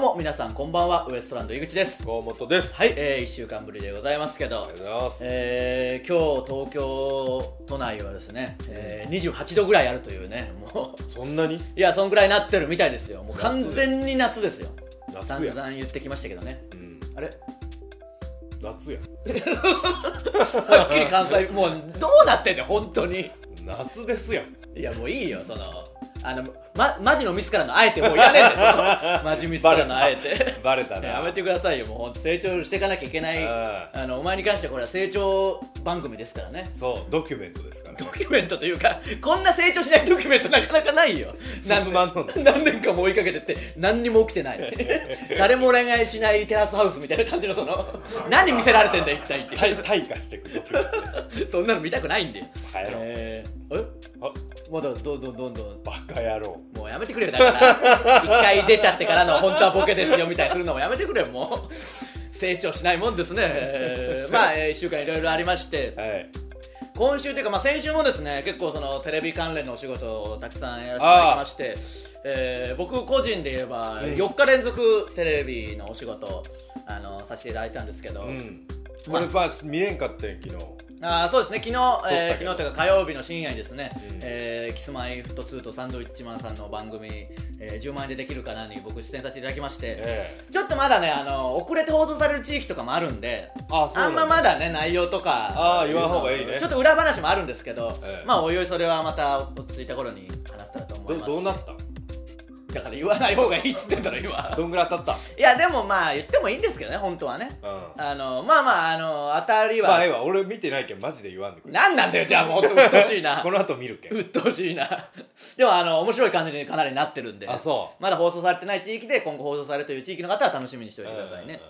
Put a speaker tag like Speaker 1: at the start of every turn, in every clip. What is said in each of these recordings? Speaker 1: も皆さんこんばんはウエストランド井口です
Speaker 2: 河本です
Speaker 1: はい、えー、1週間ぶりでございますけど
Speaker 2: ありがとうございます、
Speaker 1: えー、今日東京都内はですね、えー、28度ぐらいあるというねもう
Speaker 2: そんなに
Speaker 1: いやそんぐらいなってるみたいですよもう完全に夏ですよ散
Speaker 2: 夏や、
Speaker 1: 々言ってきましたけどね
Speaker 2: うん、
Speaker 1: あれ
Speaker 2: 夏や
Speaker 1: はっきり関西もうどうなってんねん本当に
Speaker 2: 夏ですやん
Speaker 1: いやもういいよそのあのまマジのミスからのあえてもうやねんですよマジミスからのあえて
Speaker 2: バレた な
Speaker 1: やめてくださいよもう本当成長していかなきゃいけない
Speaker 2: あ
Speaker 1: あのお前に関してはこれは成長番組ですからね
Speaker 2: そうドキュメントですから
Speaker 1: ドキュメントというかこんな成長しないドキュメントなかなかないよ何
Speaker 2: 進まんのです
Speaker 1: 何年かも追いかけてって何にも起きてない 誰もお願いしないテラスハウスみたいな感じのその何見せられてんだ一体っていう
Speaker 2: 退退化していくドキュメント
Speaker 1: そんなの見たくないんで
Speaker 2: バカ野郎
Speaker 1: えー、え
Speaker 2: あ
Speaker 1: まだどんどんどんどん
Speaker 2: バカ野郎
Speaker 1: もうやめてくれよだから一回出ちゃってからの本当はボケですよみたいにするのもやめてくれよもう成長しないもんですね、 えーまあ、え1週間いろいろありまして
Speaker 2: はい
Speaker 1: 今週というか、まあ、先週もですね結構そのテレビ関連のお仕事をたくさんやらせていただきまして、えー僕個人で言えば
Speaker 2: うん
Speaker 1: 4日連続テレビのお仕事をあのさせていただいたんですけど、
Speaker 2: うん
Speaker 1: まあ
Speaker 2: 俺さ見れんかったんや昨日
Speaker 1: あーそうですね昨日、えー
Speaker 2: 撮った
Speaker 1: 昨
Speaker 2: け
Speaker 1: 日
Speaker 2: ど
Speaker 1: というか火曜日の深夜にですね、
Speaker 2: うん
Speaker 1: えーキスマイフット2とサンドウィッチマンさんの番組「えー10万円でできるかな」に僕出演させていただきまして、
Speaker 2: ええ
Speaker 1: ちょっとまだねあの遅れて放送される地域とかもあるんで
Speaker 2: あそう
Speaker 1: あ
Speaker 2: なんんだ
Speaker 1: ままだね内容とか
Speaker 2: あー言わん方がいいね
Speaker 1: ちょっと裏話もあるんですけど、
Speaker 2: ええ
Speaker 1: まあおいおいそれはまた落ち着いた頃に話したらと思いま
Speaker 2: ど
Speaker 1: す
Speaker 2: どうなった
Speaker 1: だから言わない方がいいっつってんだろ今
Speaker 2: どんぐらい当たっ
Speaker 1: いやでもまあ言ってもいいんですけどね本当はね
Speaker 2: たうん
Speaker 1: あのまあまああの当たりは、
Speaker 2: まあええわ俺見てないけどマジで言わんでくれ
Speaker 1: 何なんだよじゃあもうほんと鬱陶しいな
Speaker 2: この後見るけん
Speaker 1: 鬱陶しいな でもあの面白い感じにかなりなってるんで
Speaker 2: あそ
Speaker 1: まだ放送されてない地域で今後放送されるという地域の方は楽しみにしてお
Speaker 2: う
Speaker 1: いてくださいね、
Speaker 2: うんうんうん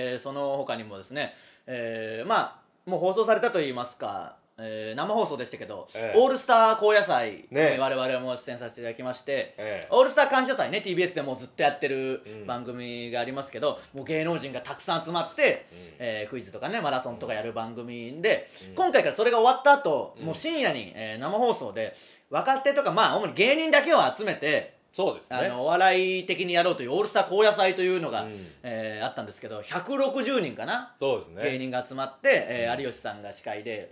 Speaker 1: えーその他にもですね、えーまあもう放送されたといいますか、えー生放送でしたけど、
Speaker 2: ええ
Speaker 1: オールスター高野祭に
Speaker 2: ね
Speaker 1: 我々も出演させていただきまして、
Speaker 2: ええ
Speaker 1: オールスター感謝祭ね TBS でもうずっとやってる
Speaker 2: うん
Speaker 1: 番組がありますけど、もう芸能人がたくさん集まって、
Speaker 2: うん
Speaker 1: えークイズとかねマラソンとかやる番組で、今回からそれが終わった後、
Speaker 2: うん
Speaker 1: もう深夜に、えー生放送で若手とかまあ主に芸人だけを集めて
Speaker 2: そうです
Speaker 1: あ
Speaker 2: ね
Speaker 1: のお笑い的にやろうというオールスター高野祭というのが、
Speaker 2: うん
Speaker 1: えーあったんですけど160人かな、
Speaker 2: そうですね
Speaker 1: 芸人が集まって、えー有吉さんが司会
Speaker 2: う
Speaker 1: で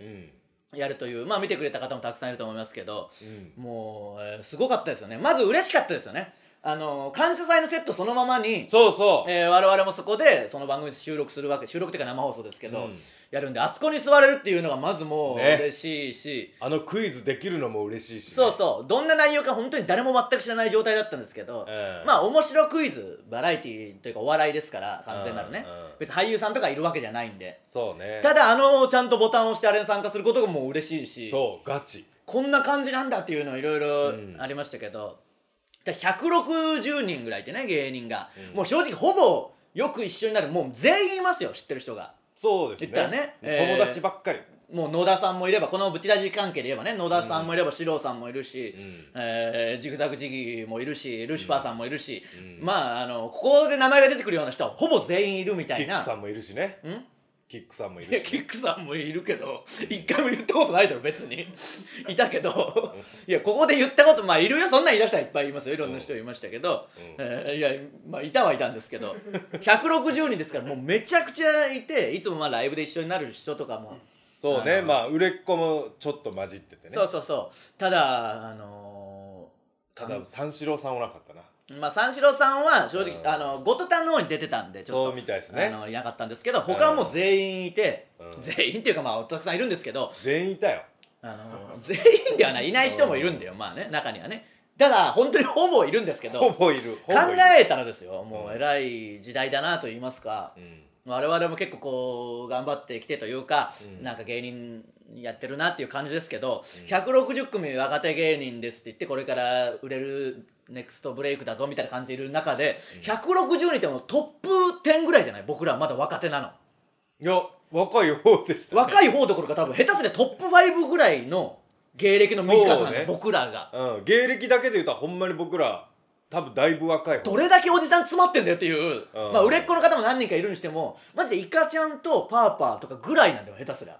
Speaker 2: ん
Speaker 1: やるというまあ見てくれた方もたくさんいると思いますけど
Speaker 2: うん
Speaker 1: もう、えーすごかったですよねまず嬉しかったですよねあの感謝祭のセットそのままに
Speaker 2: そうそう
Speaker 1: えー我々もそこでその番組収録するわけ収録っていうか生放送ですけど、
Speaker 2: うん
Speaker 1: やるんであそこに座れるっていうのがまずもう
Speaker 2: ね
Speaker 1: 嬉しいし、
Speaker 2: あのクイズできるのも嬉しいし、ね、
Speaker 1: そうそうどんな内容か本当に誰も全く知らない状態だったんですけど、
Speaker 2: ええ
Speaker 1: まあ面白クイズバラエティーというかお笑いですから完全なるね、
Speaker 2: うんうん
Speaker 1: 別に俳優さんとかいるわけじゃないんで
Speaker 2: そうね
Speaker 1: ただあのちゃんとボタンを押してあれに参加することがもう嬉しいし
Speaker 2: そうガチ
Speaker 1: こんな感じなんだっていうのいろいろ
Speaker 2: うん
Speaker 1: ありましたけど、だから160人ぐらいいてね芸人が、もう正直ほぼよく一緒になるもう全員いますよ知ってる人が。
Speaker 2: そうですね
Speaker 1: 言ったらねえー
Speaker 2: 友達ばっかり、
Speaker 1: もう野田さんもいればこのブチラジ関係で言えばね野田さんもいれば四郎さんもいるし、
Speaker 2: ん
Speaker 1: えージグザグジギーもいるしルシファーさんもいるし、
Speaker 2: うん
Speaker 1: まああのここで名前が出てくるような人はほぼ全員いるみた
Speaker 2: キ
Speaker 1: い
Speaker 2: ッ
Speaker 1: な
Speaker 2: クさんもいるしね
Speaker 1: ん
Speaker 2: キックさんもい
Speaker 1: いや
Speaker 2: るし
Speaker 1: キックさんもいるけど一回も言ったことないだろ別にいたけどいやここで言ったことまあいるよそんなん言い出したらいっぱいいますよいろんな人いましたけど、
Speaker 2: うん
Speaker 1: えーいやまあいたはいたんですけど160人ですからもうめちゃくちゃいていつもまあライブで一緒になる人とかも。
Speaker 2: そうね
Speaker 1: あの
Speaker 2: まあ売れっ子もちょっと混じっててね
Speaker 1: そうそうそうただあのー
Speaker 2: ただ三四郎さんおらんかったな
Speaker 1: まあ、三四郎さんは正直、
Speaker 2: うん
Speaker 1: あの後藤たんの方に出てたんでちょ
Speaker 2: そ
Speaker 1: っ
Speaker 2: う
Speaker 1: と
Speaker 2: みたいです
Speaker 1: あ
Speaker 2: ね
Speaker 1: のいなかったんですけど他はもう全員いて、
Speaker 2: うん
Speaker 1: 全員っていうかまあたくさんいるんですけど、
Speaker 2: 全員いたよ
Speaker 1: あの全員ではないいない人もいるんだよ、まあね中にはねただ本当にほぼいるんですけど
Speaker 2: ほ
Speaker 1: 考
Speaker 2: ぼいるほぼいる
Speaker 1: えたらですよもう偉い時代だなと言いますか、
Speaker 2: うん
Speaker 1: 我々も結構こう頑張ってきてというか、
Speaker 2: うん
Speaker 1: なんか芸人やってるなっていう感じですけど、160組若手芸人ですって言ってこれから売れるネクストブレイクだぞみたいな感じでいる中で、160人ってもうトップ10ぐらいじゃない僕らまだ若手なの
Speaker 2: いや若い方でした ね
Speaker 1: 若い方どころか多分下手すりゃトップ5ぐらいの芸歴の短さな
Speaker 2: そ
Speaker 1: の、
Speaker 2: うね
Speaker 1: 僕らが
Speaker 2: うん芸歴だけで言うとほんまに僕ら多分だいぶ若い方
Speaker 1: どれだけおじさん詰まってんだよっていう、
Speaker 2: うん
Speaker 1: まあ売れっ子の方も何人かいるにしてもマジでイカちゃんとパーパーとかぐらいなんだよ下手すりゃ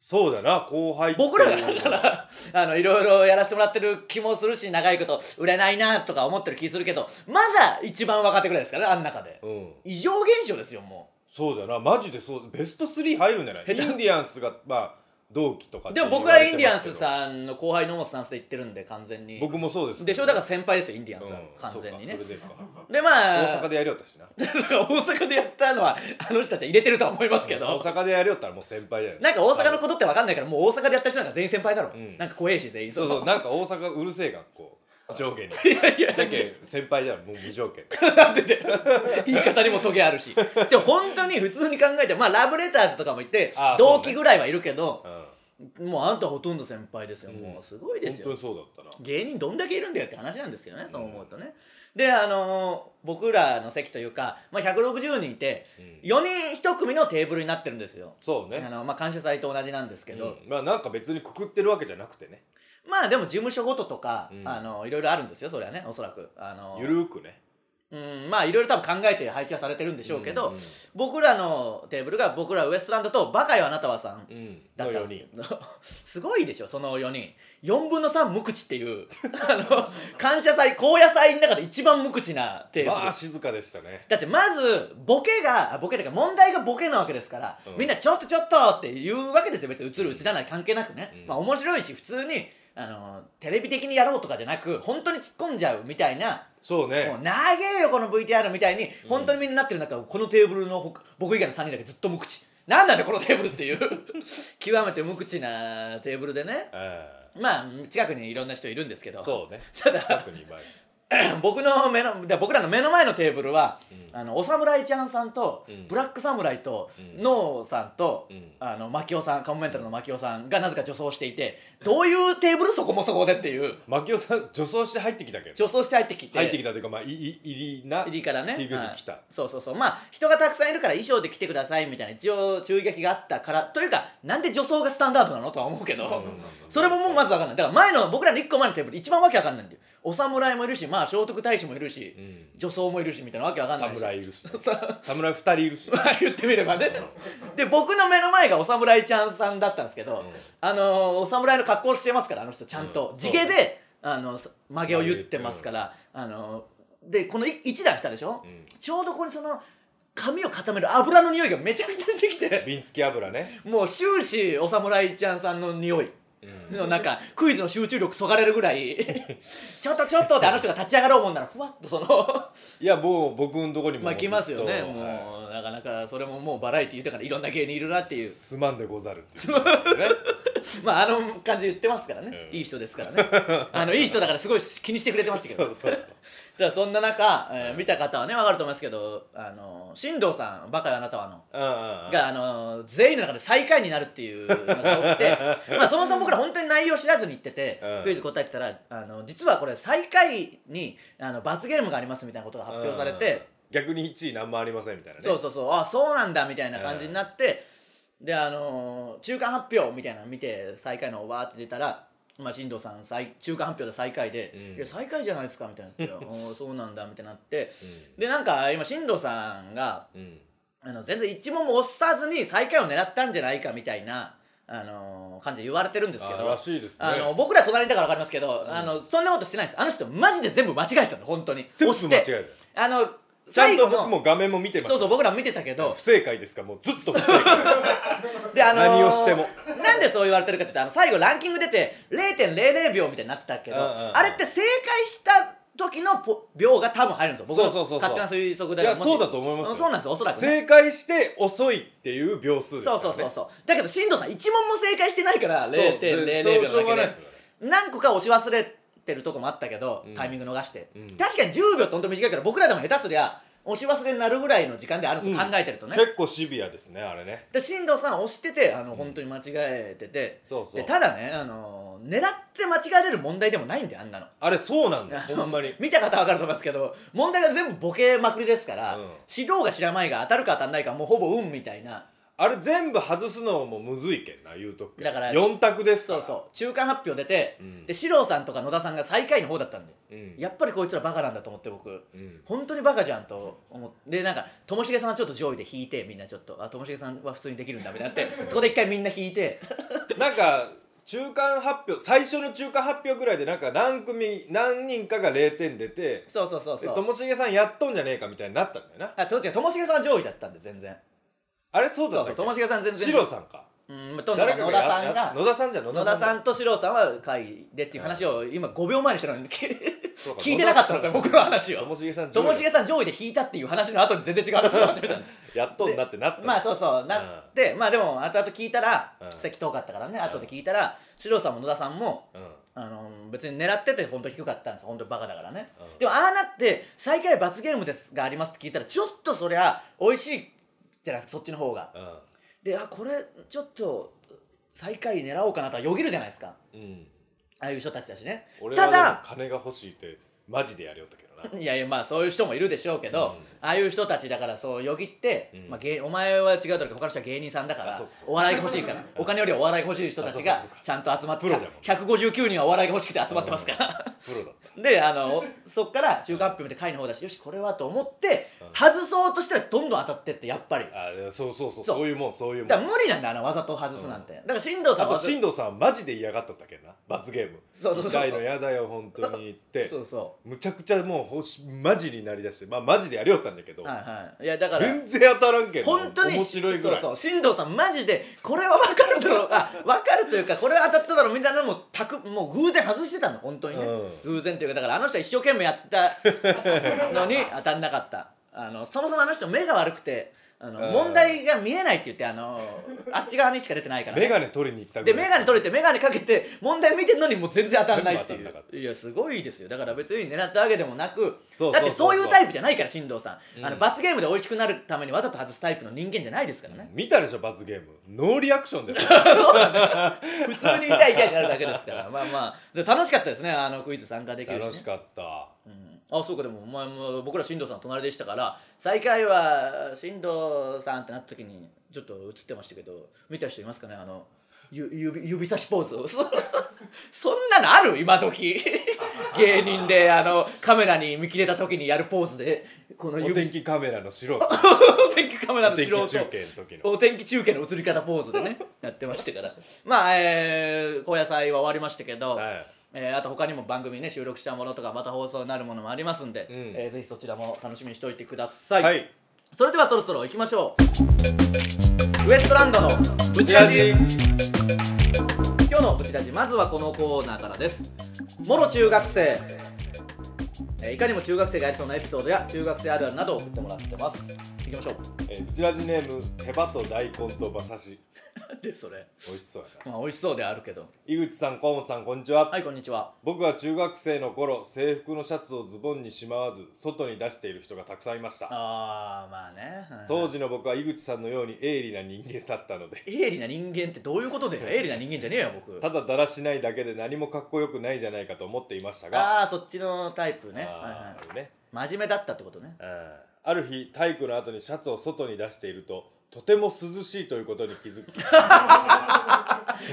Speaker 2: そうだな後輩っていう
Speaker 1: 僕らがだから あのいろいろやらせてもらってる気もするし長いこと売れないなとか思ってる気するけどまだ一番若手ぐらいですからねあん中で
Speaker 2: うん
Speaker 1: 異常現象ですよも
Speaker 2: そうだなマジでそうベスト3入るんじゃないイ
Speaker 1: 下手
Speaker 2: ンディアンスがまあ同期とかっ
Speaker 1: う
Speaker 2: て
Speaker 1: で
Speaker 2: 言
Speaker 1: も
Speaker 2: われ
Speaker 1: 僕はイ
Speaker 2: て
Speaker 1: ン
Speaker 2: ますけど
Speaker 1: ディアンスさんの後輩のスタンスで言ってるんで完全に
Speaker 2: 僕もそうです
Speaker 1: でしょだからら先輩ですよインディアンスは、
Speaker 2: うん
Speaker 1: 完全にね
Speaker 2: そうかそれでか
Speaker 1: でまあ
Speaker 2: 大阪でやりよったしな
Speaker 1: だから大阪でやったのはあの人たちは入れてるとは思いますけど
Speaker 2: 大阪でやりよったらもう先輩だよ
Speaker 1: なんか大阪のことって分かんないからもう大阪でやった人なんか全員先輩だろ、
Speaker 2: うん
Speaker 1: なんか怖えし全員
Speaker 2: そう
Speaker 1: の
Speaker 2: そうなんか大阪うるせえ学校上下に
Speaker 1: いやいや
Speaker 2: じゃけん先輩だよもう無条件
Speaker 1: なんでだよ言い方にもトゲあるしでも本当に普通に考えてまあラブレターズとかも言って
Speaker 2: あーそ
Speaker 1: 同
Speaker 2: うね
Speaker 1: 期ぐらいはいるけど、
Speaker 2: うん
Speaker 1: もうあんたほとんど先輩ですよ、
Speaker 2: うん
Speaker 1: もうすごいです
Speaker 2: 本当
Speaker 1: よ
Speaker 2: にそうだったな
Speaker 1: 芸人どんだけいるんだよって話なんですよねそう思うとね、であのー僕らの席というか、まあ、160人いて
Speaker 2: うん
Speaker 1: 4人1組のテーブルになってるんですよ
Speaker 2: そう
Speaker 1: あ
Speaker 2: ね
Speaker 1: のまあ、感謝祭と同じなんですけど、
Speaker 2: うんまあなんか別にくくってるわけじゃなくてね
Speaker 1: まあでも事務所ごととか、
Speaker 2: うん
Speaker 1: あのいろいろあるんですよそれはねおそらくあの
Speaker 2: ゆるーくね
Speaker 1: うんまあいろいろ多分考えて配置はされてるんでしょうけど、
Speaker 2: うん
Speaker 1: 僕らのテーブルが僕らウエストランドとバカよあなたはさん
Speaker 2: うん
Speaker 1: だ
Speaker 2: の
Speaker 1: った
Speaker 2: 4
Speaker 1: んで
Speaker 2: 人
Speaker 1: すけど すごいでしょその4人4分の3無口っていう あの感謝祭高野祭の中で一番無口なテーブル、
Speaker 2: まあ静かでしたね
Speaker 1: だってまずボケがあボケというか問題がボケなわけですから、
Speaker 2: うん
Speaker 1: みんなちょっとちょっとって言うわけですよ別に映る映らない関係なくね、
Speaker 2: うん
Speaker 1: まあ面白いし普通にあのテレビ的にやろうとかじゃなく本当に突っ込んじゃうみたいな
Speaker 2: そ
Speaker 1: も
Speaker 2: う
Speaker 1: う
Speaker 2: ね
Speaker 1: 長えよこの VTR みたいに本当にみんななってる中、このテーブルのほ僕以外の3人だけずっと無口なんなんだよこのテーブルっていう 極めて無口なテーブルでね
Speaker 2: え
Speaker 1: まあ近くにいろんな人いるんですけ
Speaker 2: え
Speaker 1: ど
Speaker 2: そうね
Speaker 1: ただ
Speaker 2: 近くにいまい
Speaker 1: 僕の目ので僕らの目の前のテーブルは、
Speaker 2: うん
Speaker 1: あのお侍ちゃんさんと、
Speaker 2: うん
Speaker 1: ブラックサムライと、
Speaker 2: うん
Speaker 1: ノーさんと、
Speaker 2: うん
Speaker 1: あのマキオさんカモメンタルのマキオさんがなぜか女装していてどういうテーブルそこもそこでっていう
Speaker 2: 牧雄さん女装して入ってきたけど
Speaker 1: 女装して入ってきて
Speaker 2: 入ってきたというかまあいい入りな
Speaker 1: 入りからね
Speaker 2: TBS
Speaker 1: はい
Speaker 2: 来た
Speaker 1: そうそうそうまあ人がたくさんいるから衣装で来てくださいみたいな一応注意書きがあったからというかなんで女装がスタンダードなのとは思うけど、
Speaker 2: うん
Speaker 1: それももうまず分かんないだから前の僕らの1個前のテーブル一番わけわかんないんだよお侍もいるしまあ聖徳太子もいるし、
Speaker 2: うん
Speaker 1: 女装もいるしみたいなわけわかんないし
Speaker 2: 侍いるしね
Speaker 1: そう
Speaker 2: 侍2人いるしね
Speaker 1: まあ 言ってみればねで僕の目の前がお侍ちゃんさんだったんですけど、あのーお侍の格好をしてますからあの人ちゃんと、
Speaker 2: うん
Speaker 1: 地毛であの曲げを言ってますから、あのーでこのい一段下でしょ、
Speaker 2: うん
Speaker 1: ちょうどここにその髪を固める油の匂いがめちゃくちゃしてきて
Speaker 2: 瓶付き油ね
Speaker 1: もう終始お侍ちゃんさんの匂い
Speaker 2: うん
Speaker 1: のなんかクイズの集中力そがれるぐら いちょっとちょっとってあの人が立ち上がろうもんならふわっと その。
Speaker 2: いやもう僕のとこにも
Speaker 1: まあ来ますよ
Speaker 2: ずっ
Speaker 1: ね
Speaker 2: とは
Speaker 1: もうなかなかそれももうバラエティーだからいろんな芸人いるなって
Speaker 2: い
Speaker 1: いう
Speaker 2: すまんでござるっていうことですね
Speaker 1: まああの感じで言ってますからね、
Speaker 2: うん
Speaker 1: いい人ですからね あのいい人だからすごい気にしてくれてましたけど
Speaker 2: そうそうそう
Speaker 1: だからそんな中、えー見た方はね分かると思いますけどあの新藤さん「バカよあなたは」の。
Speaker 2: うんうんうん
Speaker 1: があの全員の中で最下位になるっていうのが起き てまあそもそも僕ら本当に内容知らずに言ってて、
Speaker 2: うん
Speaker 1: クイズ答えてたらあの実はこれ最下位にあの罰ゲームがありますみたいなことが発表されて、
Speaker 2: 逆に1位何もありませんみたいなね
Speaker 1: そうそうそうあそうなんだみたいな感じになって、であのー中間発表みたいなの見て最下位のわーって出たら、まあ、進藤さん最中間発表で最下位で「
Speaker 2: うん
Speaker 1: いや最下位じゃないですか」みたいになって「 おーそうなんだ」みたいになって
Speaker 2: う
Speaker 1: でなんか今進藤さんが
Speaker 2: んうん
Speaker 1: あの全然一問も押さずに最下位を狙ったんじゃないかみたいな、あのー感じで言われてるんですけ
Speaker 2: あ
Speaker 1: ど
Speaker 2: ら。しいですね
Speaker 1: あの僕ら隣にいたから分かりますけど、あのそんなことしてないですあの人マジで全部間違えてたの本当に
Speaker 2: 全部
Speaker 1: 押
Speaker 2: 間違
Speaker 1: して
Speaker 2: え
Speaker 1: あの
Speaker 2: たちゃ
Speaker 1: 最
Speaker 2: んと
Speaker 1: 後
Speaker 2: 僕
Speaker 1: の
Speaker 2: も画面も見てました
Speaker 1: そうそう僕らも見てたけど
Speaker 2: 不正解ですかもうずっと不正 解
Speaker 1: であのー
Speaker 2: 何をしても
Speaker 1: なんでそう言われてるかって言ってあの最後ランキング出て0.00秒みたいになってたけど、
Speaker 2: うんうんうん
Speaker 1: あれって正解した時のポ秒が多分入るんですよ僕の
Speaker 2: そうそうそうそう
Speaker 1: 勝手な推測で
Speaker 2: い
Speaker 1: は
Speaker 2: や
Speaker 1: もし
Speaker 2: そうだと思いますよ
Speaker 1: うんそうなんですよおそらく、ね、
Speaker 2: 正解して遅いっていう秒数ですから
Speaker 1: そう
Speaker 2: ね
Speaker 1: そうそうそうだけど進藤さん一問も正解してないから
Speaker 2: そうで
Speaker 1: 0.00
Speaker 2: そう
Speaker 1: 秒
Speaker 2: しょうがな
Speaker 1: だ
Speaker 2: いで
Speaker 1: け
Speaker 2: すよね
Speaker 1: で何個か押し忘れてるとこもあったけど、
Speaker 2: うん
Speaker 1: タイミング逃して、
Speaker 2: うん
Speaker 1: 確かに10秒ってほんと短いから僕らでも下手すりゃ押し忘れになるぐらいの時間であるんですよ、
Speaker 2: うん
Speaker 1: 考えてるとね
Speaker 2: 結構シビアですねあれね
Speaker 1: で進藤さん押しててあの本当に間違えてて、
Speaker 2: そうそう
Speaker 1: でただね、あのー狙って間違えれる問題でもないんだよあんなの。
Speaker 2: あれそうなん だ
Speaker 1: あの
Speaker 2: ほんまに
Speaker 1: 見た方は分かると思いますけど問題が全部ボケまくりですから、
Speaker 2: うん
Speaker 1: 知ろうが知らないが当たるか当たらないかもうほぼ運みたいな
Speaker 2: あれ全部外すのもむずいけんな言うとくけ
Speaker 1: だから
Speaker 2: 4択です
Speaker 1: そ
Speaker 2: か
Speaker 1: う
Speaker 2: ら
Speaker 1: そう中間発表出て、
Speaker 2: うん
Speaker 1: で四郎さんとか野田さんが最下位の方だったんで、
Speaker 2: うん
Speaker 1: やっぱりこいつらバカなんだと思って僕
Speaker 2: うん
Speaker 1: 本当にバカじゃんと思ってでなんかともしげさんはちょっと上位で引いてみんなちょっとあともしげさんは普通にできるんだみたいになって そこで一回みんな引いて
Speaker 2: なんか中間発表最初の中間発表ぐらいでなんか何組何人かが0点出て
Speaker 1: そうそうそう
Speaker 2: で
Speaker 1: そ
Speaker 2: と
Speaker 1: う
Speaker 2: もしげさんやっとんじゃねえかみたいになったんだよな
Speaker 1: あと違うともしげさんは上位だったんで全然
Speaker 2: あれそうだ
Speaker 1: そ
Speaker 2: っ
Speaker 1: うそ
Speaker 2: た
Speaker 1: う
Speaker 2: っ
Speaker 1: とも
Speaker 2: け
Speaker 1: しげさん全然
Speaker 2: シロさんか
Speaker 1: うんとん野田
Speaker 2: や
Speaker 1: さん
Speaker 2: や
Speaker 1: が
Speaker 2: 野田さんじゃ野
Speaker 1: 野田
Speaker 2: 田さんじ
Speaker 1: さ
Speaker 2: ゃ
Speaker 1: んと四郎さんは下位でっていう話を今5秒前にしてたのに
Speaker 2: そうか
Speaker 1: 聞いてなかったのか僕の話
Speaker 2: と
Speaker 1: を
Speaker 2: もしげさん
Speaker 1: ともしげさん上位で引いたっていう話の後に全然違う 話を始めたの
Speaker 2: やっとんなってなった
Speaker 1: まあそうそうなって、まあでも後々聞いたら、
Speaker 2: うん
Speaker 1: 席遠かったからね後で聞いたら四郎さんも野田さんも
Speaker 2: うん
Speaker 1: あの別に狙ってて本当低かったんです本当バカだからね、
Speaker 2: うん
Speaker 1: でもああなって最下位罰ゲームですがありますって聞いたらちょっとそりゃ美味しいじゃないですかそっちの方が
Speaker 2: うん
Speaker 1: であこれちょっと最下位狙おうかなとはよぎるじゃないですか
Speaker 2: うん
Speaker 1: ああいう人たちだしね
Speaker 2: 俺は
Speaker 1: た
Speaker 2: でも
Speaker 1: だ
Speaker 2: 金が欲しいってマジでやりよったけどな い
Speaker 1: やいやまあそういう人もいるでしょうけど、ああいう人たちだからそうよぎって、
Speaker 2: うん
Speaker 1: まあ、芸お前は違うだろうけど他の人は芸人さんだか
Speaker 2: あ
Speaker 1: ら
Speaker 2: そうかそうか
Speaker 1: お笑いが欲しいからお金よりはお笑いが欲しい人たちが
Speaker 2: あそうかそうか
Speaker 1: ちゃんと集まって
Speaker 2: プロじゃん
Speaker 1: 159人はお笑いが欲しくて集まってますから。
Speaker 2: プロだった
Speaker 1: であのそっから中間発表見て下位の方だしよしこれはと思って
Speaker 2: うん
Speaker 1: 外そうとしたらどんどん当たってってやっぱり
Speaker 2: あーそうそうそう
Speaker 1: そう
Speaker 2: そういうもんそういうも
Speaker 1: だから
Speaker 2: ん
Speaker 1: 無理なんだよあのわざと外すなんて、だから進藤さ
Speaker 2: あ
Speaker 1: んは
Speaker 2: と進藤さんマジで嫌がっとったけんな罰ゲーム
Speaker 1: そうそうそうそう
Speaker 2: 痛いの嫌だよ本当にっつって
Speaker 1: そうそ
Speaker 2: むちゃくちゃもうほしマジになりだしてまあマジでやりよったんだけど
Speaker 1: うはいはいいやだから
Speaker 2: 全然当たらんけんな
Speaker 1: 本当に
Speaker 2: 面白いぐらい
Speaker 1: そうそう進藤さんマジでこれは分かるだろうあ分かるというかこれは当たっただろうみたいなのもたくもう偶然外してたの本当にね、
Speaker 2: う
Speaker 1: 偶然というかだからあの人は一生懸命や ったのに当たんなかったあのそもそもあの人目が悪くてあの
Speaker 2: うん
Speaker 1: 問題が見えないって言ってあのあっち側にしか出てないから、
Speaker 2: 眼鏡取りに行ったぐ
Speaker 1: で
Speaker 2: らい
Speaker 1: 眼鏡取れて眼鏡かけて問題見てるのにもう全然当たんないって
Speaker 2: 全部当たんなかっ
Speaker 1: いういやすごいですよだから別に狙ったわけでもなく
Speaker 2: そうそうそうそう
Speaker 1: だってそういうタイプじゃないから進藤さん、
Speaker 2: うん
Speaker 1: あの罰ゲームで美味しくなるためにわざと外すタイプの人間じゃないですからね、
Speaker 2: 見たでしょ罰ゲームノーリアク ションで
Speaker 1: 普通に痛い痛いになるだけですからまあまあで楽しかったですねあのクイズ参加できるし、ね、
Speaker 2: 楽しかった
Speaker 1: うん、あそうかでもお前も僕ら進藤さんの隣でしたから最下位は進藤さんってなった時にちょっと映ってましたけど見た人いますかねあのゆ指指差しポーズを そそんなのある今 時芸人であのカメラに見切れた時にやるポーズでこの
Speaker 2: お
Speaker 1: 指
Speaker 2: 天気カメラ の素人
Speaker 1: お天気カメラ
Speaker 2: お
Speaker 1: の
Speaker 2: 天気
Speaker 1: 素
Speaker 2: 中継
Speaker 1: 人
Speaker 2: の時の
Speaker 1: お天気中継の映り方ポーズでねやってましたからまあえー、高野菜は終わりましたけど、
Speaker 2: はい
Speaker 1: えーあと他にも番組ね収録したものとかまた放送になるものもありますんで、
Speaker 2: うん
Speaker 1: えーぜひそちらも楽しみにしておいてください、
Speaker 2: はい
Speaker 1: それではそろそろ行きましょうウエストランドのブチラジ今日のブチラジまずはこのコーナーからですもろ中学生えーいかにも中学生がやりそうなエピソードや中学生あるあるなどを送ってもらってます行きましょう
Speaker 2: えーブチラジネーム手羽と大根と馬刺し
Speaker 1: でそれ
Speaker 2: 美味しそうやな
Speaker 1: まあ美味しそうではあるけど
Speaker 2: 井口さん河本さんこんにちは、
Speaker 1: はいこんにちは
Speaker 2: 僕は中学生の頃制服のシャツをズボンにしまわず外に出している人がたくさんいました
Speaker 1: ああまあね
Speaker 2: 当時の僕は井口さんのように鋭利な人間だったので
Speaker 1: 鋭利な人間ってどういうことだよ鋭利な人間じゃねえよ僕
Speaker 2: ただだらしないだけで何もかっこよくないじゃないかと思っていましたが
Speaker 1: ああーそっちのタイプね、はい
Speaker 2: あーね
Speaker 1: はい、真面目だったってことね
Speaker 2: うんある日体育の後にシャツを外に出しているととても涼しいということに気づ き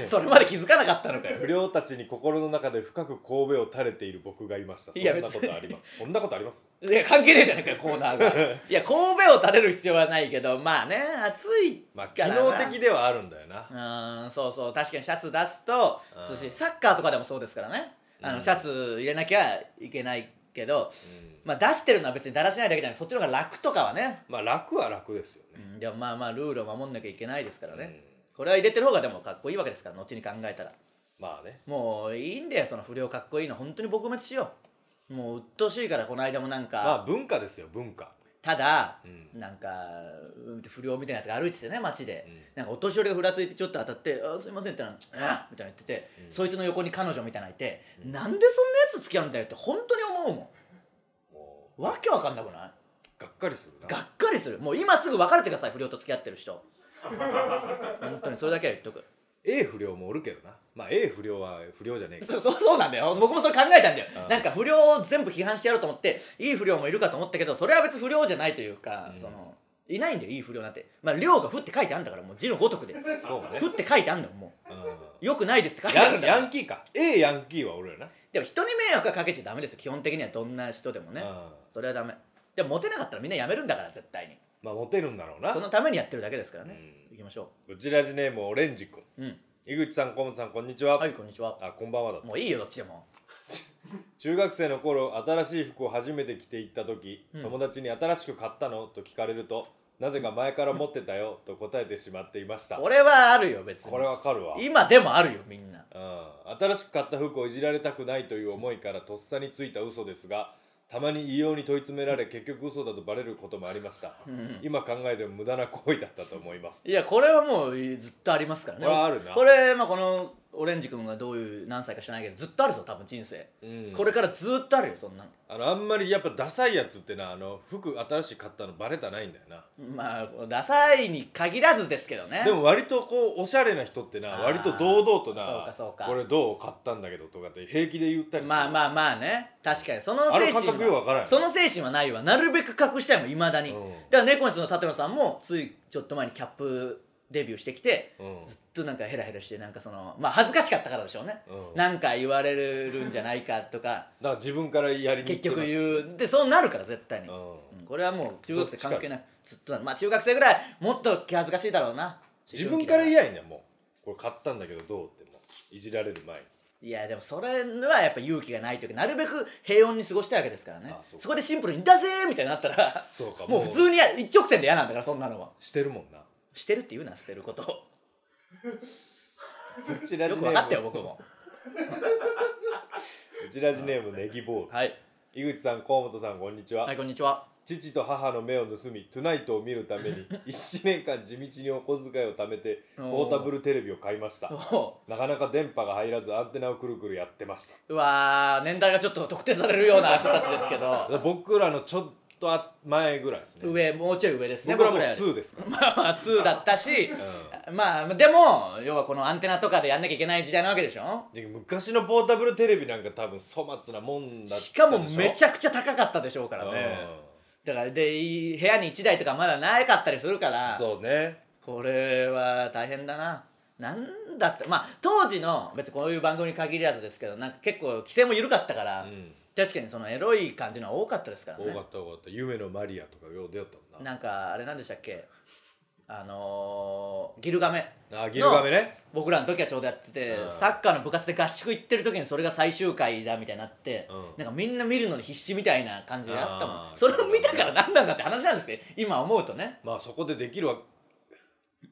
Speaker 1: それまで気づかなかったのかよ
Speaker 2: 不良たちに心の中で深く神戸を垂れている僕がいましたそ
Speaker 1: いや
Speaker 2: んなことありますそんなことあります
Speaker 1: いや関係ねえじゃねえかよコーナー がいや神戸を垂れる必要はないけどまあね暑い
Speaker 2: まあ機
Speaker 1: からな
Speaker 2: 能的ではあるんだよな
Speaker 1: うーんそうそう確かにシャツ出すと
Speaker 2: うん
Speaker 1: 涼しいサッカーとかでもそうですからねあの、
Speaker 2: うん
Speaker 1: シャツ入れなきゃいけないけど、
Speaker 2: うん
Speaker 1: まあ、出してるのは別にだらしないだけじゃなくそっちの方が楽とかはね、
Speaker 2: まあ楽は楽ですよ
Speaker 1: う
Speaker 2: ね、
Speaker 1: ん、でもまあまあルールを守んなきゃいけないですからね、
Speaker 2: うん
Speaker 1: これは入れてる方がでもかっこいいわけですから後に考えたら
Speaker 2: まあね
Speaker 1: もういいんだよその不良かっこいいの本当に撲滅しようもう鬱陶しいからこの間もなんか、
Speaker 2: まあ文化ですよ文化
Speaker 1: ただ、
Speaker 2: うん
Speaker 1: なんかうん不良みたいなやつが歩いててね街で、
Speaker 2: うん
Speaker 1: なんかお年寄りがふらついてちょっと当たって「あすいません」ってな「あみたいな言ってて、そいつの横に彼女みたいなのいて、なんでそんなやつと付き合うんだよって本当に思うも
Speaker 2: も
Speaker 1: んわけわかんなくないう
Speaker 2: がっかりするな
Speaker 1: がっかりするもう今すぐ別れてください不良と付き合ってる人本当にそれだけは言っとく
Speaker 2: A 不良もおるけどなまあ A 不良は不良じゃねえけ
Speaker 1: そ
Speaker 2: ど
Speaker 1: う そうそうなんだよ僕もそれ考えたんだよ
Speaker 2: うん
Speaker 1: なんか不良を全部批判してやろうと思っていい不良もいるかと思ったけどそれは別に不良じゃないというか、
Speaker 2: うん
Speaker 1: そのいないんだよいい不良なんてまあ量が「ふ」って書いてあるんだからもう字のごとくで「
Speaker 2: そうね
Speaker 1: ふ」って書いてあるんだもんも
Speaker 2: う
Speaker 1: うよくないですって書い
Speaker 2: ん
Speaker 1: てあ
Speaker 2: ヤ
Speaker 1: るん
Speaker 2: ン
Speaker 1: だか
Speaker 2: ヤ
Speaker 1: ら
Speaker 2: ンキーか A ヤンキーは俺らな
Speaker 1: でも人に迷惑はかけちゃダメですよ基本的にはどんな人でもね
Speaker 2: うん
Speaker 1: それはダメでもモテなかったらみんな辞めるんだから絶対に
Speaker 2: まあモテるんだろうな
Speaker 1: そのためにやってるだけですからね
Speaker 2: うん
Speaker 1: 行きましょ
Speaker 2: うちらじネームオレンジ君
Speaker 1: ううん
Speaker 2: 井口さん河本さんこんにちは、
Speaker 1: はいこんにちは
Speaker 2: あこんばんはだ
Speaker 1: もういいよどっちでも
Speaker 2: 中学生の頃新しい服を初めて着て行った時、
Speaker 1: うん
Speaker 2: 友達に「新しく買ったの?」と聞かれるとなぜか前から持ってたよと答えてしまっていました
Speaker 1: これはあるよ別に
Speaker 2: これわかるわ、うん、
Speaker 1: 今でもあるよみんな
Speaker 2: 新しく買った服をいじられたくないという思いからとっさについた嘘ですがたまに異様に問い詰められ結局嘘だとバレることもありました
Speaker 1: うん
Speaker 2: 今考えても無駄な行為だったと思います
Speaker 1: いやこれはもうずっとありますからね
Speaker 2: これはあるな
Speaker 1: これまあこのオレンジ君がどういう何歳か知らないけどずっとあるぞ多分人生、
Speaker 2: うん
Speaker 1: これからずっとあるよそんなの
Speaker 2: あのあんまりやっぱダサいやつってなあの服新しく買ったのバレたないんだよな
Speaker 1: まあこのダサいに限らずですけどね
Speaker 2: でも割とこうおしゃれな人ってな
Speaker 1: あー
Speaker 2: 割と堂々とな
Speaker 1: そうかそうか
Speaker 2: これどう買ったんだけどとかって平気で言ったりする
Speaker 1: まあまあまあね確かにその
Speaker 2: あ
Speaker 1: 精
Speaker 2: れ感覚よ
Speaker 1: 神
Speaker 2: く
Speaker 1: は
Speaker 2: わからんよ
Speaker 1: その精神はないわなるべく隠したいもんいまだに、
Speaker 2: うん
Speaker 1: だから猫のの舘野さんもついちょっと前にキャップデビューしてきて、
Speaker 2: うん
Speaker 1: ずっとなんかヘラヘラしてなんかそのまあ恥ずかしかったからでしょうね、
Speaker 2: うん
Speaker 1: なんか言われるんじゃないかとか
Speaker 2: だから自分からやりに行
Speaker 1: 結
Speaker 2: ってま
Speaker 1: 局
Speaker 2: した
Speaker 1: 言うでそうなるから絶対に、
Speaker 2: うん
Speaker 1: うんこれはもう中学生関係なくずっとなるまあ中学生ぐらいもっと気恥ずかしいだろうな
Speaker 2: 自分から
Speaker 1: い
Speaker 2: 言いやいいんだよもうこれ買ったんだけどどうってもういじられる前に
Speaker 1: やでもそれはやっぱ勇気がないというかなるべく平穏に過ごしたいわけですからね
Speaker 2: あそうか
Speaker 1: そこでシンプルに「だぜ!」みたいになったら
Speaker 2: そうか
Speaker 1: もう
Speaker 2: もう
Speaker 1: 普通にや一直線で嫌なんだからそんなのは
Speaker 2: してるもんな
Speaker 1: してるって言うな捨てることを
Speaker 2: う ち
Speaker 1: よ
Speaker 2: ら
Speaker 1: く分かったよ僕も
Speaker 2: うちらじネームネギ坊主、
Speaker 1: はい、
Speaker 2: 井口さん河本さんこんにちは、
Speaker 1: はい、こんにちは
Speaker 2: 父と母の目を盗み「トゥナイト」を見るた めに1年間地道にお小遣いを貯めて
Speaker 1: お
Speaker 2: ポ
Speaker 1: ー
Speaker 2: ータブルテレビを買いました
Speaker 1: お
Speaker 2: なかなか電波が入らずアンテナをくるくるやってました
Speaker 1: ううわー年代がちょっと特定されるような人たちですけ ど
Speaker 2: 僕らのちょっとあ前ぐらいですね
Speaker 1: 上もうちょい上ですね
Speaker 2: 僕らもう
Speaker 1: より
Speaker 2: 2ですから
Speaker 1: まあまあ2だった し、まあでも要はこのアンテナとかでやんなきゃいけない時代なわけでしょ
Speaker 2: で昔のポータブルテレビなんか多分粗末なもんだったでしょ
Speaker 1: しかもめちゃくちゃ高かったでしょうからねだからでい部屋に1台とかまだなかったりするか
Speaker 2: うん
Speaker 1: ら
Speaker 2: そうね
Speaker 1: これは大変だななんだってまあ当時の別にこういう番組に限らずですけどなんか結構規制も緩かったから、
Speaker 2: うん
Speaker 1: 確かにそのエロい感じのは多かったですから
Speaker 2: 多か
Speaker 1: ね
Speaker 2: った多かった夢のマリアとかよう出よったもんな
Speaker 1: なんかあれなんでしたっけあのー、ギルガメ
Speaker 2: あギルガメね
Speaker 1: 僕らの時はちょうどやってて、
Speaker 2: うん
Speaker 1: サッカーの部活で合宿行ってる時にそれが最終回だみたいになって、
Speaker 2: うん
Speaker 1: なんかみんな見るのに必死みたいな感じであったも
Speaker 2: あ
Speaker 1: ん
Speaker 2: ー
Speaker 1: それを見たから何なんだって話なんですけど今思うとね
Speaker 2: まあそこでできるわ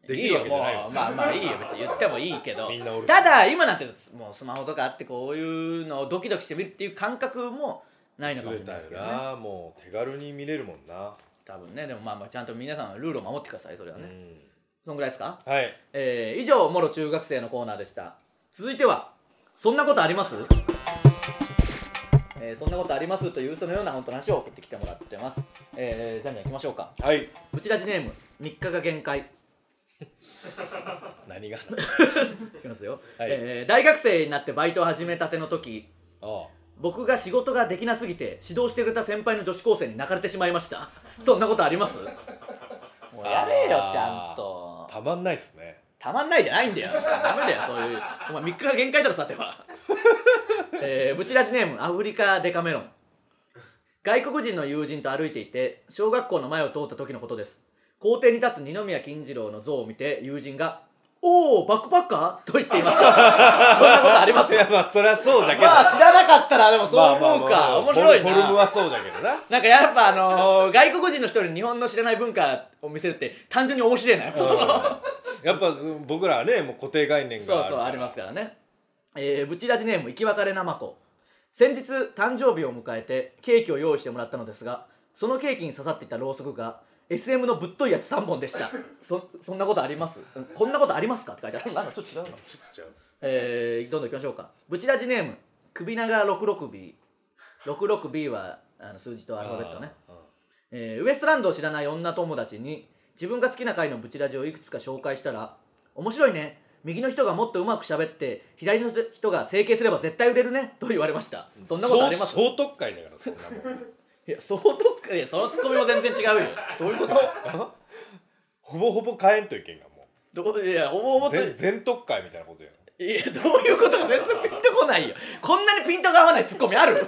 Speaker 2: で
Speaker 1: い
Speaker 2: き
Speaker 1: い
Speaker 2: るわ
Speaker 1: よ
Speaker 2: けじゃない
Speaker 1: も
Speaker 2: よ
Speaker 1: うまあまあいいよ別に言ってもいいけど
Speaker 2: みんなおる
Speaker 1: ただ今なんてもうスマホとかあってこういうのをドキドキして見るっていう感覚もないのかもしれないですけど
Speaker 2: 優れた
Speaker 1: ね
Speaker 2: よなもう手軽に見れるもんな、
Speaker 1: 多分ねでもまあまあちゃんと皆さんはルールを守ってくださいそれは
Speaker 2: う
Speaker 1: ね、
Speaker 2: ん
Speaker 1: そんぐらいですか
Speaker 2: はい
Speaker 1: えー以上もろ中学生のコーナーでした続いてはそんなことありますえーそんなことありますというそのような本当の話を送ってきてもらってますえーじゃんじゃん行きましょうか
Speaker 2: はい
Speaker 1: ブチラジネーム3日が限界
Speaker 2: 何が
Speaker 1: いきますよ、
Speaker 2: はい
Speaker 1: えー大学生になってバイトを始めたての時
Speaker 2: ああ
Speaker 1: 僕が仕事ができなすぎて指導してくれた先輩の女子高生に泣かれてしまいましたそんなことありますもうやれよ
Speaker 2: あー
Speaker 1: ちゃんと
Speaker 2: たまんないっすね
Speaker 1: たまんないじゃないんだよダメだよそういうお前3日が限界だろさてはえー、ブチラジネームアフリカデカメロン外国人の友人と歩いていて小学校の前を通った時のことです校庭に立つ二宮金次郎の像を見て友人が「おおバックパッカー?」と言っていましたそんなことあります
Speaker 2: いやまあそりゃそうじゃけど、
Speaker 1: まあ知らなかったらでもそう思う
Speaker 2: まあまあま
Speaker 1: か
Speaker 2: あ
Speaker 1: 面白い
Speaker 2: フォルフォルム
Speaker 1: な
Speaker 2: はそうだけどな
Speaker 1: なんかやっぱあのー外国人の人に日本の知らない文化を見せるって単純に面白いなやっぱその
Speaker 2: やっぱうん僕らはねもう固定概念
Speaker 1: そう
Speaker 2: がある
Speaker 1: そう
Speaker 2: から
Speaker 1: ありますからねえー、ブチラジネーム生き別れなまこ先日誕生日を迎えてケーキを用意してもらったのですがそのケーキに刺さっていたろうそくが SM のぶっといやつ3本でした そそんなことありますうんこんなことありますかって書いてあ るなんかちょっと違うな
Speaker 2: ちょっと違う
Speaker 1: えー、どんどんいきましょうかブチラジネーム首長 66B66B はあの数字とアルファベットね
Speaker 2: ああ
Speaker 1: えーウエストランドを知らない女友達に自分が好きな回のブチラジをいくつか紹介したら「面白いね右の人がもっとうまく喋って左の人が整形すれば絶対売れるね」と言われましたそんなことあります
Speaker 2: そう総特会だからそんなもん
Speaker 1: いや相当いやそのツッコミも全然違うよどういうこと
Speaker 2: ほぼほぼ変えんといけんがも
Speaker 1: どういやほぼほぼ
Speaker 2: う全全特会みたいなことやん
Speaker 1: いやどういうことか全然ピンとこないよこんなにピントが合わないツッコミある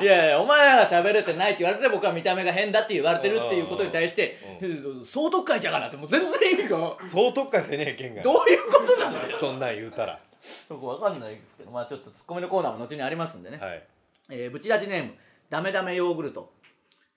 Speaker 1: いやいやお前らが喋れてないって言われて僕は見た目が変だって言われてるっていうことに対して総督会じゃがなってもう全然意味が
Speaker 2: 総特会せねえけんが
Speaker 1: どういうことなのよ
Speaker 2: そんなん言うたら
Speaker 1: よくわかんないですけどまあちょっとツッコミのコーナーも後にありますんでね、
Speaker 2: はい
Speaker 1: えーブチラジネームダメダメヨーグルト、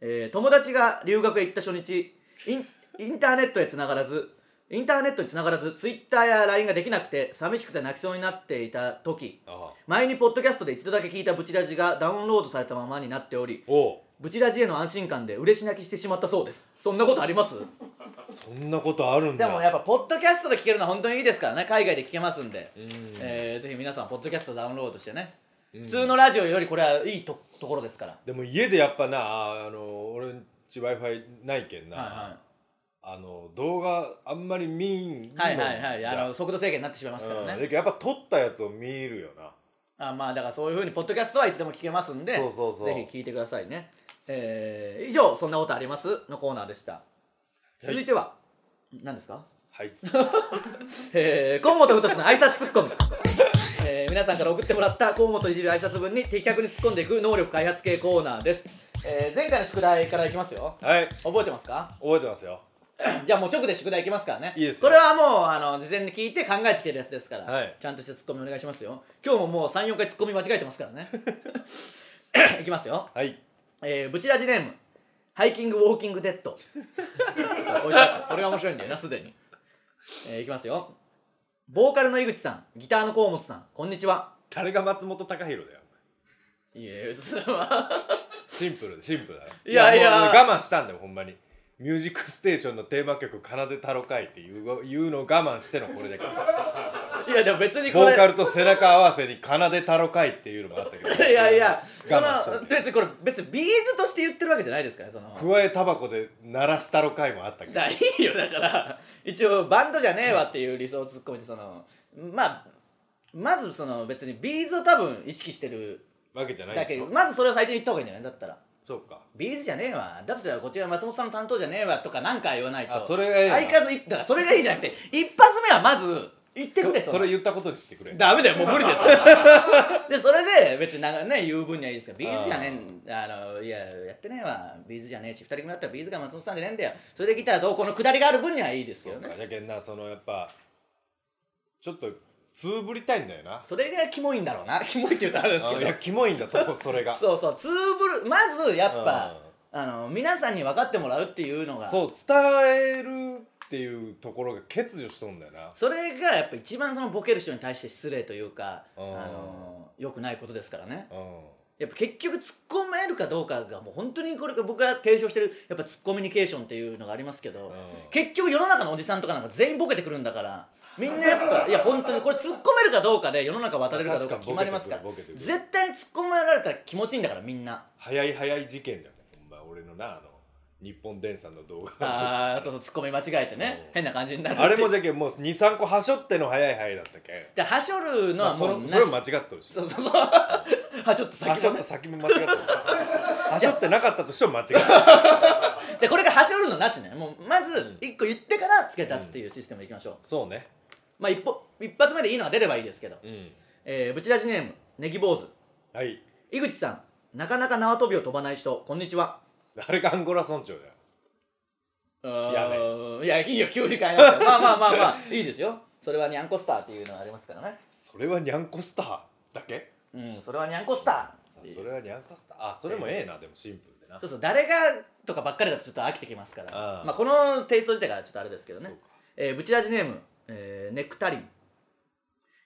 Speaker 1: えー友達が留学へ行った初日インインターネットへつながらずインターネットにつながらずツイッターや LINE ができなくて寂しくて泣きそうになっていた時
Speaker 2: ああ
Speaker 1: 前にポッドキャストで一度だけ聞いたブチラジがダウンロードされたままになっており
Speaker 2: おう
Speaker 1: ブチラジへの安心感で嬉し泣きしてしまったそうですそんなことあります
Speaker 2: そんなことあるん
Speaker 1: で
Speaker 2: だ
Speaker 1: もやっぱポッドキャストで聞けるのは本当にいいですからね海外で聞けますんで、
Speaker 2: うん
Speaker 1: えーぜひ皆さんポッドキャストダウンロードしてね、
Speaker 2: うん
Speaker 1: 普通のラジオよりこれはいいとところですから
Speaker 2: でも家でやっぱなああの俺んち w i f i ないけんな、
Speaker 1: はいはい
Speaker 2: あの動画あんまり見ん
Speaker 1: はいはいはいあの
Speaker 2: の
Speaker 1: 速度制限になってしまいますから
Speaker 2: うん
Speaker 1: ね、
Speaker 2: だけどやっぱ撮ったやつを見るよな
Speaker 1: あまあだからそういうふうにポッドキャストはいつでも聞けますんで
Speaker 2: そうそうそう
Speaker 1: ぜひ聞いてくださいねえー以上「そんなことあります?」のコーナーでした
Speaker 2: い
Speaker 1: 続いては、何ですか、
Speaker 2: はい
Speaker 1: えー、河本太の挨拶ツッコミ、えー皆さんから送ってもらった河本いじる挨拶文に的確に突っ込んでいく能力開発系コーナーです、えー前回の宿題からいきますよ
Speaker 2: はい
Speaker 1: 覚えてますか
Speaker 2: 覚えてますよ
Speaker 1: じゃあもう直で宿題いきますからね
Speaker 2: いいですよ
Speaker 1: これはもうあの事前に聞いて考えてきてるやつですから、
Speaker 2: はい
Speaker 1: ちゃんとしてツッコミお願いしますよ今日ももう34回ツッコミ間違えてますからね いきますよ、
Speaker 2: はい
Speaker 1: えー、ブチラジネームハイキングウォーキングデッ ドこいつはこれが面白いんだよなすでに、えーいきますよボーカルの井口さんギターの河本さんこんにちは
Speaker 2: 誰が松本隆弘だよ
Speaker 1: いえそれは
Speaker 2: シンプルでシンプルだね
Speaker 1: いやいや
Speaker 2: もう俺我慢したんだよほんまに「ミュージックステーション」のテーマ曲「奏で太郎会」っていういうのを我慢してのこれだから
Speaker 1: いやでも別にこ
Speaker 2: ボ
Speaker 1: れ
Speaker 2: ーカルと背中合わせに「奏で太郎会」っていうのもあったけど
Speaker 1: いやいやそ
Speaker 2: 我慢した
Speaker 1: の
Speaker 2: んだよ
Speaker 1: 別にこれ別にビーズとして言ってるわけじゃないですからねその
Speaker 2: 加えタバコで鳴らしたろ会もあったけど
Speaker 1: だいいよだから一応バンドじゃねえわっていう理想を突っ込めてそのまあまずその別にビーズを多分意識してる
Speaker 2: わけじゃない
Speaker 1: だ
Speaker 2: で
Speaker 1: け
Speaker 2: し
Speaker 1: ど
Speaker 2: ょ
Speaker 1: まずそれを最初に言った方がいいんじゃないだったら
Speaker 2: そうか
Speaker 1: ビーズじゃねえわだとしたらこっちが松本さんの担当じゃねえわとかなんか言わないと
Speaker 2: あそれがいいな
Speaker 1: 相変わらずいだからそれがいいじゃなくて一発目はまず言ってくで
Speaker 2: そそれ言ったことにしてくれ
Speaker 1: ダメ だよもう無理ですでそれで別になんかね言う分にはいいですけどビーズじゃねえんあのいややってねえわビーズじゃねえし二人組だったらビーズが松本さんじゃねえんだよそれでギターどうこうのくだりがある分にはいいですけ
Speaker 2: そ
Speaker 1: ど
Speaker 2: うか
Speaker 1: ね
Speaker 2: だけどなそのやっぱちょっとつぶりたいんだよな
Speaker 1: それがキモいんだろうなキモいって言ったらあれです
Speaker 2: あい
Speaker 1: け
Speaker 2: やキモいんだ と思うそれが
Speaker 1: どそうそうツーブルまずやっぱあの皆さんに分かってもらうっていうの
Speaker 2: うん
Speaker 1: が
Speaker 2: そう伝えるっていうところが欠如しとんだよな
Speaker 1: それがやっぱ一番そのボケる人に対して失礼というかあ
Speaker 2: うん
Speaker 1: の良くないことですからね
Speaker 2: うん
Speaker 1: やっぱ結局突っ込めるかどうかがもう本当にこれが僕が提唱してるやっぱツッコミュニケーションっていうのがありますけど、
Speaker 2: うん
Speaker 1: 結局世の中のおじさんとかなんか全員ボケてくるんだからみんなやっぱいや本当にこれ突っ込めるかどうかで世の中渡れるかどうか決まりますから
Speaker 2: 確かにボケてくるボケてくる
Speaker 1: 絶対に突っ込められたら気持ちいいんだからみんな
Speaker 2: 早い早い事件だよねほんま俺のなあの日本電産の動画
Speaker 1: ああそうそう突っ込み間違えて
Speaker 2: う
Speaker 1: ね
Speaker 2: ん
Speaker 1: 変な感じになるって
Speaker 2: あれもじゃけんもう23個はしょっての早い早いだったけん
Speaker 1: ではしょるの
Speaker 2: まあ
Speaker 1: は
Speaker 2: そ
Speaker 1: もう
Speaker 2: れ
Speaker 1: なし、
Speaker 2: それも間違っとるし
Speaker 1: そうそうそうはしょって
Speaker 2: は
Speaker 1: 先
Speaker 2: しょ
Speaker 1: も
Speaker 2: っ
Speaker 1: ね
Speaker 2: と先も間違ってるはしょってなかったとしても間違ってる
Speaker 1: でこれがはしょるのなしねもうまず一個言ってから付け足すっていうシステムでいきましょう、
Speaker 2: そうね
Speaker 1: まあ一歩一発目でいいのが出ればいいですけど、
Speaker 2: うん
Speaker 1: えー、ブチラジネームネギ坊主
Speaker 2: はい
Speaker 1: 井口さんなかなか縄跳びを飛ばない人こんにちは
Speaker 2: あれがアンゴラ村長だよ
Speaker 1: いや,、
Speaker 2: や
Speaker 1: いやいいよ急に変えな くてまあまあまあまあいいですよそれはニャンコスターっていうのがありますからね
Speaker 2: それはニャンコスターだけ
Speaker 1: うんそれはニャンコスタ
Speaker 2: あ
Speaker 1: ー
Speaker 2: それはニャンコスターあそれもええなでもシンプルでな
Speaker 1: そうそう誰がとかばっかりだとちょっと飽きてきますから
Speaker 2: あー
Speaker 1: まあ、このテイスト自体がちょっとあれですけど
Speaker 2: そう
Speaker 1: ね
Speaker 2: か、
Speaker 1: えー、ブチラジネーム、えーネクタリン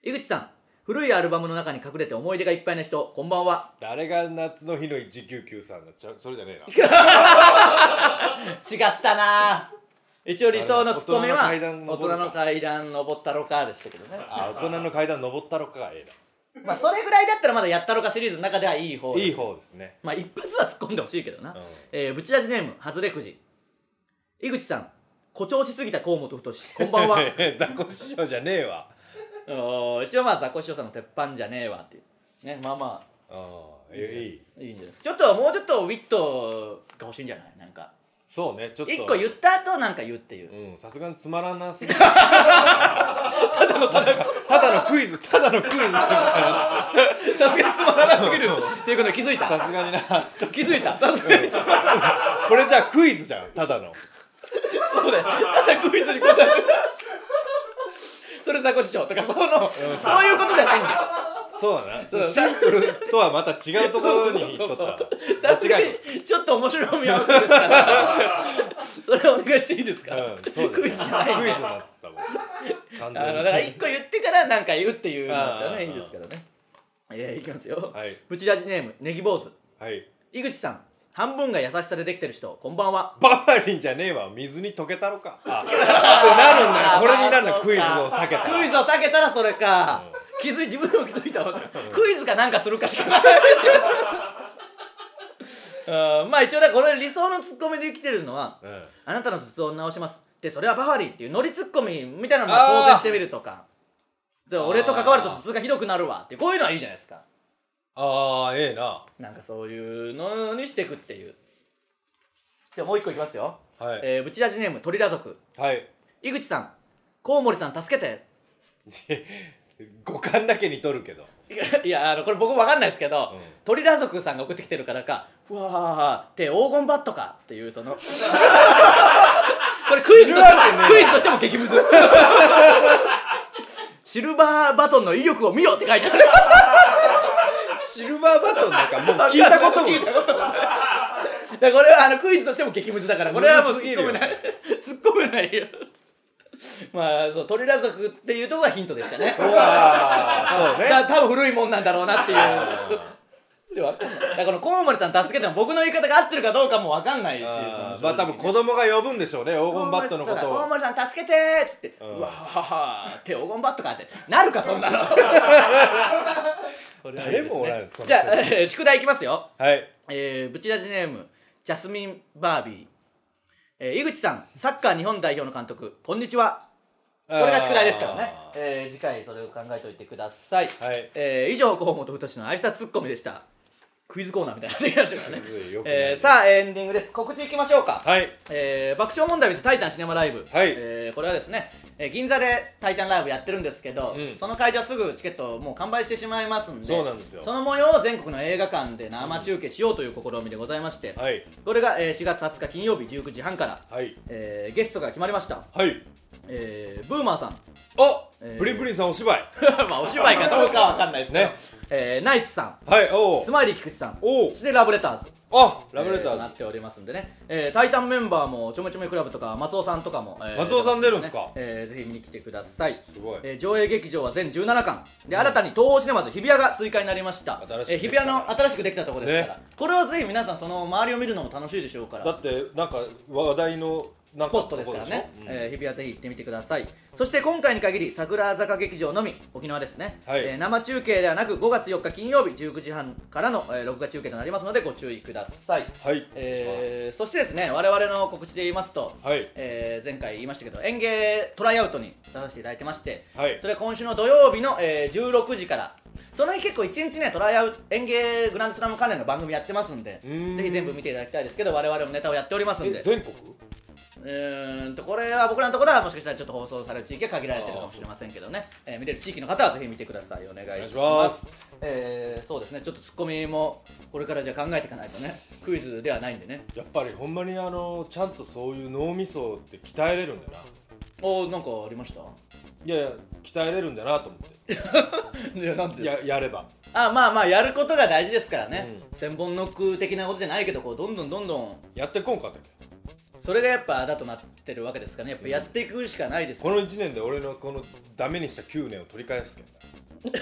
Speaker 1: 井口さん古いアルバムの中に隠れて思い出がいっぱいな人こんばんは
Speaker 2: 誰が夏の日の1993だちゃそれじゃねえ
Speaker 1: 違ったな一応理想のツッコミは
Speaker 2: 大
Speaker 1: 大人
Speaker 2: 人の階段登るか
Speaker 1: の階段登ったろかでしたけどね
Speaker 2: なあ大人の階段登ったろかがええ
Speaker 1: まあそれぐらいだったらまだやったろかシリーズの中ではいい方
Speaker 2: ないい方ですね
Speaker 1: まあ一発は突っ込んでほしいけどな、
Speaker 2: うん
Speaker 1: えーぶち出しネーム外れくじ井口さん誇張しすぎた河本太志こんばん は
Speaker 2: ザコ師匠じゃねえわ
Speaker 1: おー一応まあザコシオさんの鉄板じゃねえわっていうねまあま
Speaker 2: うんいい
Speaker 1: あいいんじゃないですかちょっともうちょっとウィットが欲しいんじゃないなんか
Speaker 2: そうねちょっと
Speaker 1: 一個言った後なんか言うっていう、
Speaker 2: うんさすがにつまら なすぎるただのただただのクイズただのクイズみたいな
Speaker 1: さすがにつまらなすぎるっていうことに気づい
Speaker 2: さ
Speaker 1: た
Speaker 2: すがになちょっ
Speaker 1: 気づいたさすがにつまらな
Speaker 2: とこれじゃあクイズじゃんただの
Speaker 1: そうだよただクイズに答えるそれザコシショウとかその、そういうことじゃないんだよ
Speaker 2: そうだなち
Speaker 1: そう
Speaker 2: ょっとシンプルとはまた違うところに行っとった
Speaker 1: さすが
Speaker 2: 間違
Speaker 1: に
Speaker 2: いない
Speaker 1: ちょっと面白い見合わせですからそれお願いしていいですか、
Speaker 2: うんそうだね
Speaker 1: クイズじゃない
Speaker 2: クイズになってたもん
Speaker 1: あ
Speaker 2: 完全
Speaker 1: の
Speaker 2: に
Speaker 1: だから一個言ってからなんか言うっていうのだったら
Speaker 2: あー
Speaker 1: ねいいですけどねえー、いきますよ、
Speaker 2: はい
Speaker 1: ブチラジネームネギ坊主
Speaker 2: はい
Speaker 1: 井口さん半分が優しさでできてる人こんばんは
Speaker 2: バファリンじゃねえわ水に溶けたろかあってなるんだよこれになるんだよクイズを避けた
Speaker 1: クイ
Speaker 2: ズ
Speaker 1: ズを避けたらそれか、気づい自分でも気づいたわ、クイズかなんかするかしかないうんまあ一応ねこれ理想のツッコミで生きてるのは
Speaker 2: うん
Speaker 1: あなたの頭痛を直しますでそれはバファリンっていうノリツッコミみたいなのを挑戦してみるとかで俺と関わると頭痛がひどくなるわってこういうのはいいじゃないですか
Speaker 2: ああええな
Speaker 1: なんかそういうのにしていくっていうじゃあもう一個いきますよ、
Speaker 2: はい
Speaker 1: えー、ブチラジネーム鳥ラ族
Speaker 2: はい
Speaker 1: 井口さんコウモリさん助けて
Speaker 2: 五感だけに取るけど
Speaker 1: いや いやあのこれ僕わかんないですけど、
Speaker 2: うん
Speaker 1: 鳥ラ族さんが送ってきてるからか「うわーって黄金バットか」っていうそ のこれクイズとして
Speaker 2: 知るわけねえ
Speaker 1: も
Speaker 2: な
Speaker 1: クイズとしても激ムズシルバーバトンの威力を見よって書いてある
Speaker 2: シルバーバトンなんかもう聞いたこと も
Speaker 1: 聞いたこともないだからこれはあのクイズとしても激ムズだからこれはもう
Speaker 2: むず
Speaker 1: 突
Speaker 2: すぎ
Speaker 1: っ
Speaker 2: るよ
Speaker 1: 込めない突っ込めないよまあそう鳥ラ族っていうところがヒントでしたね
Speaker 2: うわーそうね
Speaker 1: だ多分古いもんなんだろうなっていうではだからこのコウモリさん助けても僕の言い方が合ってるかどうかも分かんないし
Speaker 2: あー
Speaker 1: そ
Speaker 2: ま
Speaker 1: の
Speaker 2: あ多分子供が呼ぶんでしょうね黄金バットのこと
Speaker 1: そうだ大
Speaker 2: を
Speaker 1: 森さん助けてーって言って、
Speaker 2: うん
Speaker 1: うわはは手黄金バットかってなるかそんなの
Speaker 2: 誰もおらんその
Speaker 1: じゃあ、
Speaker 2: 世
Speaker 1: えー宿題いきますよ
Speaker 2: はい
Speaker 1: えー、ブチラジネームジャスミン・バービー、えー、井口さんサッカー日本代表の監督こんにちはこれが宿題ですからね
Speaker 2: あ、ー
Speaker 1: えー、次回それを考えておいてください、
Speaker 2: はい
Speaker 1: えー、以上河本太の挨拶ツッコミでしたクイズコーナーみたいになってきましたからね
Speaker 2: クイズよくない
Speaker 1: えー、さあエンディングです告知いきましょうか
Speaker 2: はい
Speaker 1: えー爆笑問題 with タイタンシネマライブ、
Speaker 2: はい
Speaker 1: えーこれはですね、えー銀座でタイタンライブやってるんですけど、
Speaker 2: うん
Speaker 1: その会場すぐチケットもう完売してしまいますんで
Speaker 2: そうなんですよ
Speaker 1: その模様を全国の映画館で生中継しようという試みでございまして、
Speaker 2: はい
Speaker 1: これが、えー4月20日金曜日19時半から、
Speaker 2: はい
Speaker 1: えーゲストが決まりました、
Speaker 2: はい
Speaker 1: えーブーマーさん
Speaker 2: お
Speaker 1: えー
Speaker 2: プリンプリンさんお芝居
Speaker 1: まあお芝居かどうかは分かんないですけど、
Speaker 2: ね
Speaker 1: えーナイツさ
Speaker 2: はいお
Speaker 1: んス
Speaker 2: う
Speaker 1: マイリー菊池さん
Speaker 2: おう
Speaker 1: そしてラブレターズ
Speaker 2: あラブレタ
Speaker 1: えーな
Speaker 2: ー
Speaker 1: っ
Speaker 2: ズ
Speaker 1: ておりますんでね、えー、タイタンメンバーもちょめちょめクラブとか松尾さんとかも、えー
Speaker 2: 松尾さん出るんすか
Speaker 1: えーぜひ見に来てください
Speaker 2: すごい
Speaker 1: えー上映劇場は全17巻で新たに東宝シネマズ日比谷が追加になりました
Speaker 2: 新しく
Speaker 1: えー日比谷の新しくできたところですから、
Speaker 2: ね
Speaker 1: これはぜひ皆さんその周りを見るのも楽しいでしょうから
Speaker 2: だってなんか話題のなん
Speaker 1: スポ
Speaker 2: か
Speaker 1: ットですからね、
Speaker 2: とこでしょうん
Speaker 1: えー日比谷ぜひ行ってみてくださいそして今回に限り桜坂劇場のみ沖縄ですね、
Speaker 2: はい
Speaker 1: えー生中継ではなく5月4日金曜日19時半からの、えー録画中継となりますのでご注意ください
Speaker 2: はい
Speaker 1: えーそしてですね我々の告知で言いますと、
Speaker 2: はい
Speaker 1: えー前回言いましたけど演芸トライアウトに出させていただいてまして、
Speaker 2: はい
Speaker 1: それは今週の土曜日の、えー16時からその日結構1日ねトライアウト演芸グランドスラム関連の番組やってますんで
Speaker 2: うーん
Speaker 1: ぜひ全部見ていただきたいですけど我々もネタをやっておりますん
Speaker 2: え
Speaker 1: で
Speaker 2: 全国
Speaker 1: うーんとこれは僕らのところはもしかしたらちょっと放送される地域が限られてるかもしれませんけどね、えー見れる地域の方はぜひ見てくださいお願いします
Speaker 2: お願いします
Speaker 1: えーそうですねちょっとツッコミもこれからじゃあ考えていかないとねクイズではないんでね
Speaker 2: やっぱりほんまにあのちゃんとそういう脳みそって鍛えれるんだな
Speaker 1: おなんかありました
Speaker 2: いやいや鍛えれるんだなと思っ
Speaker 1: いやなん
Speaker 2: てややれば
Speaker 1: あまあまあやることが大事ですからね、千本ノック的なことじゃないけどこうどんどんどんどん
Speaker 2: やってこんかったっけ
Speaker 1: それがやっぱあだとなってるわけですからねやっぱやっていくしかないです
Speaker 2: この1年で俺のこのダメにした9年を取り 返すけんな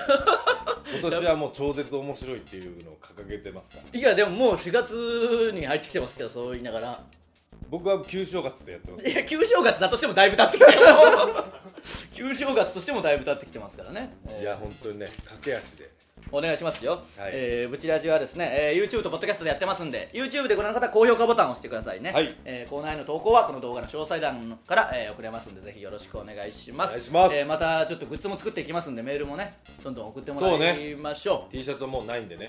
Speaker 2: 今年はもう超絶面白いっていうのを掲げてますから
Speaker 1: いやでももう4月に入ってきてますけどそう言いながら
Speaker 2: 僕は旧正月でやってます
Speaker 1: いや旧正月だとしてもだいぶ経ってきたよ 旧正月としてもだいぶ経ってきてますからね、えー
Speaker 2: いや本当にね駆け足で
Speaker 1: お願いしますよ、
Speaker 2: はい
Speaker 1: えーブチラジはですね、えー YouTube とポッドキャストでやってますんで YouTube でご覧の方は高評価ボタンを押してくださいね、
Speaker 2: はい
Speaker 1: えーコーナーへの投稿はこの動画の詳細欄から、えー送れますんでぜひよろしくお願いします
Speaker 2: お願いします
Speaker 1: えーまたちょっとグッズも作っていきますんでメールもねどんどん送ってもらいましょう
Speaker 2: T シャツはもうないんでね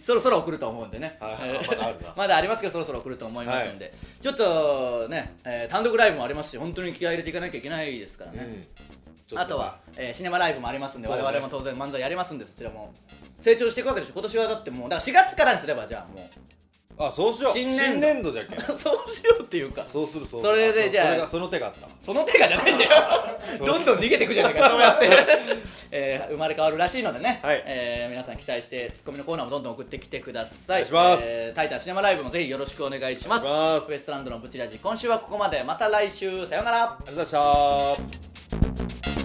Speaker 1: そろそろ送ると思うんでね、
Speaker 2: はいはいまだあるな
Speaker 1: まだありますけどそろそろ送ると思いますんで、ちょっとね、えー単独ライブもありますし本当に気合い入れていかなきゃいけないですから
Speaker 2: う
Speaker 1: ね、
Speaker 2: んちょっ
Speaker 1: あとは、えーシネマライブもありますんで、
Speaker 2: そうね
Speaker 1: 我々も当然漫才やりますんでそちらも成長していくわけでしょ今年はだってもうだから4月からにすればじゃあも
Speaker 2: あそうしよう
Speaker 1: 新年
Speaker 2: 新年
Speaker 1: 度
Speaker 2: 度じゃっけ
Speaker 1: う そうしようっていうか
Speaker 2: そうするそうす
Speaker 1: そ
Speaker 2: る
Speaker 1: れで
Speaker 2: う
Speaker 1: じゃあ
Speaker 2: それがその手があったわ
Speaker 1: その手がじゃないんだよ
Speaker 2: そう
Speaker 1: どんどん逃げていくじゃないかそうや って、えー生まれ変わるらしいのでね、
Speaker 2: はい
Speaker 1: えー皆さん期待してツッコミのコーナーもどんどん送ってきてください
Speaker 2: お願いします
Speaker 1: えータイタンシネマライブもぜひよろしくお願いします
Speaker 2: お願いします
Speaker 1: ウエストランドのブチラジ今週はここまでまた来週さようなら
Speaker 2: ありがとうございました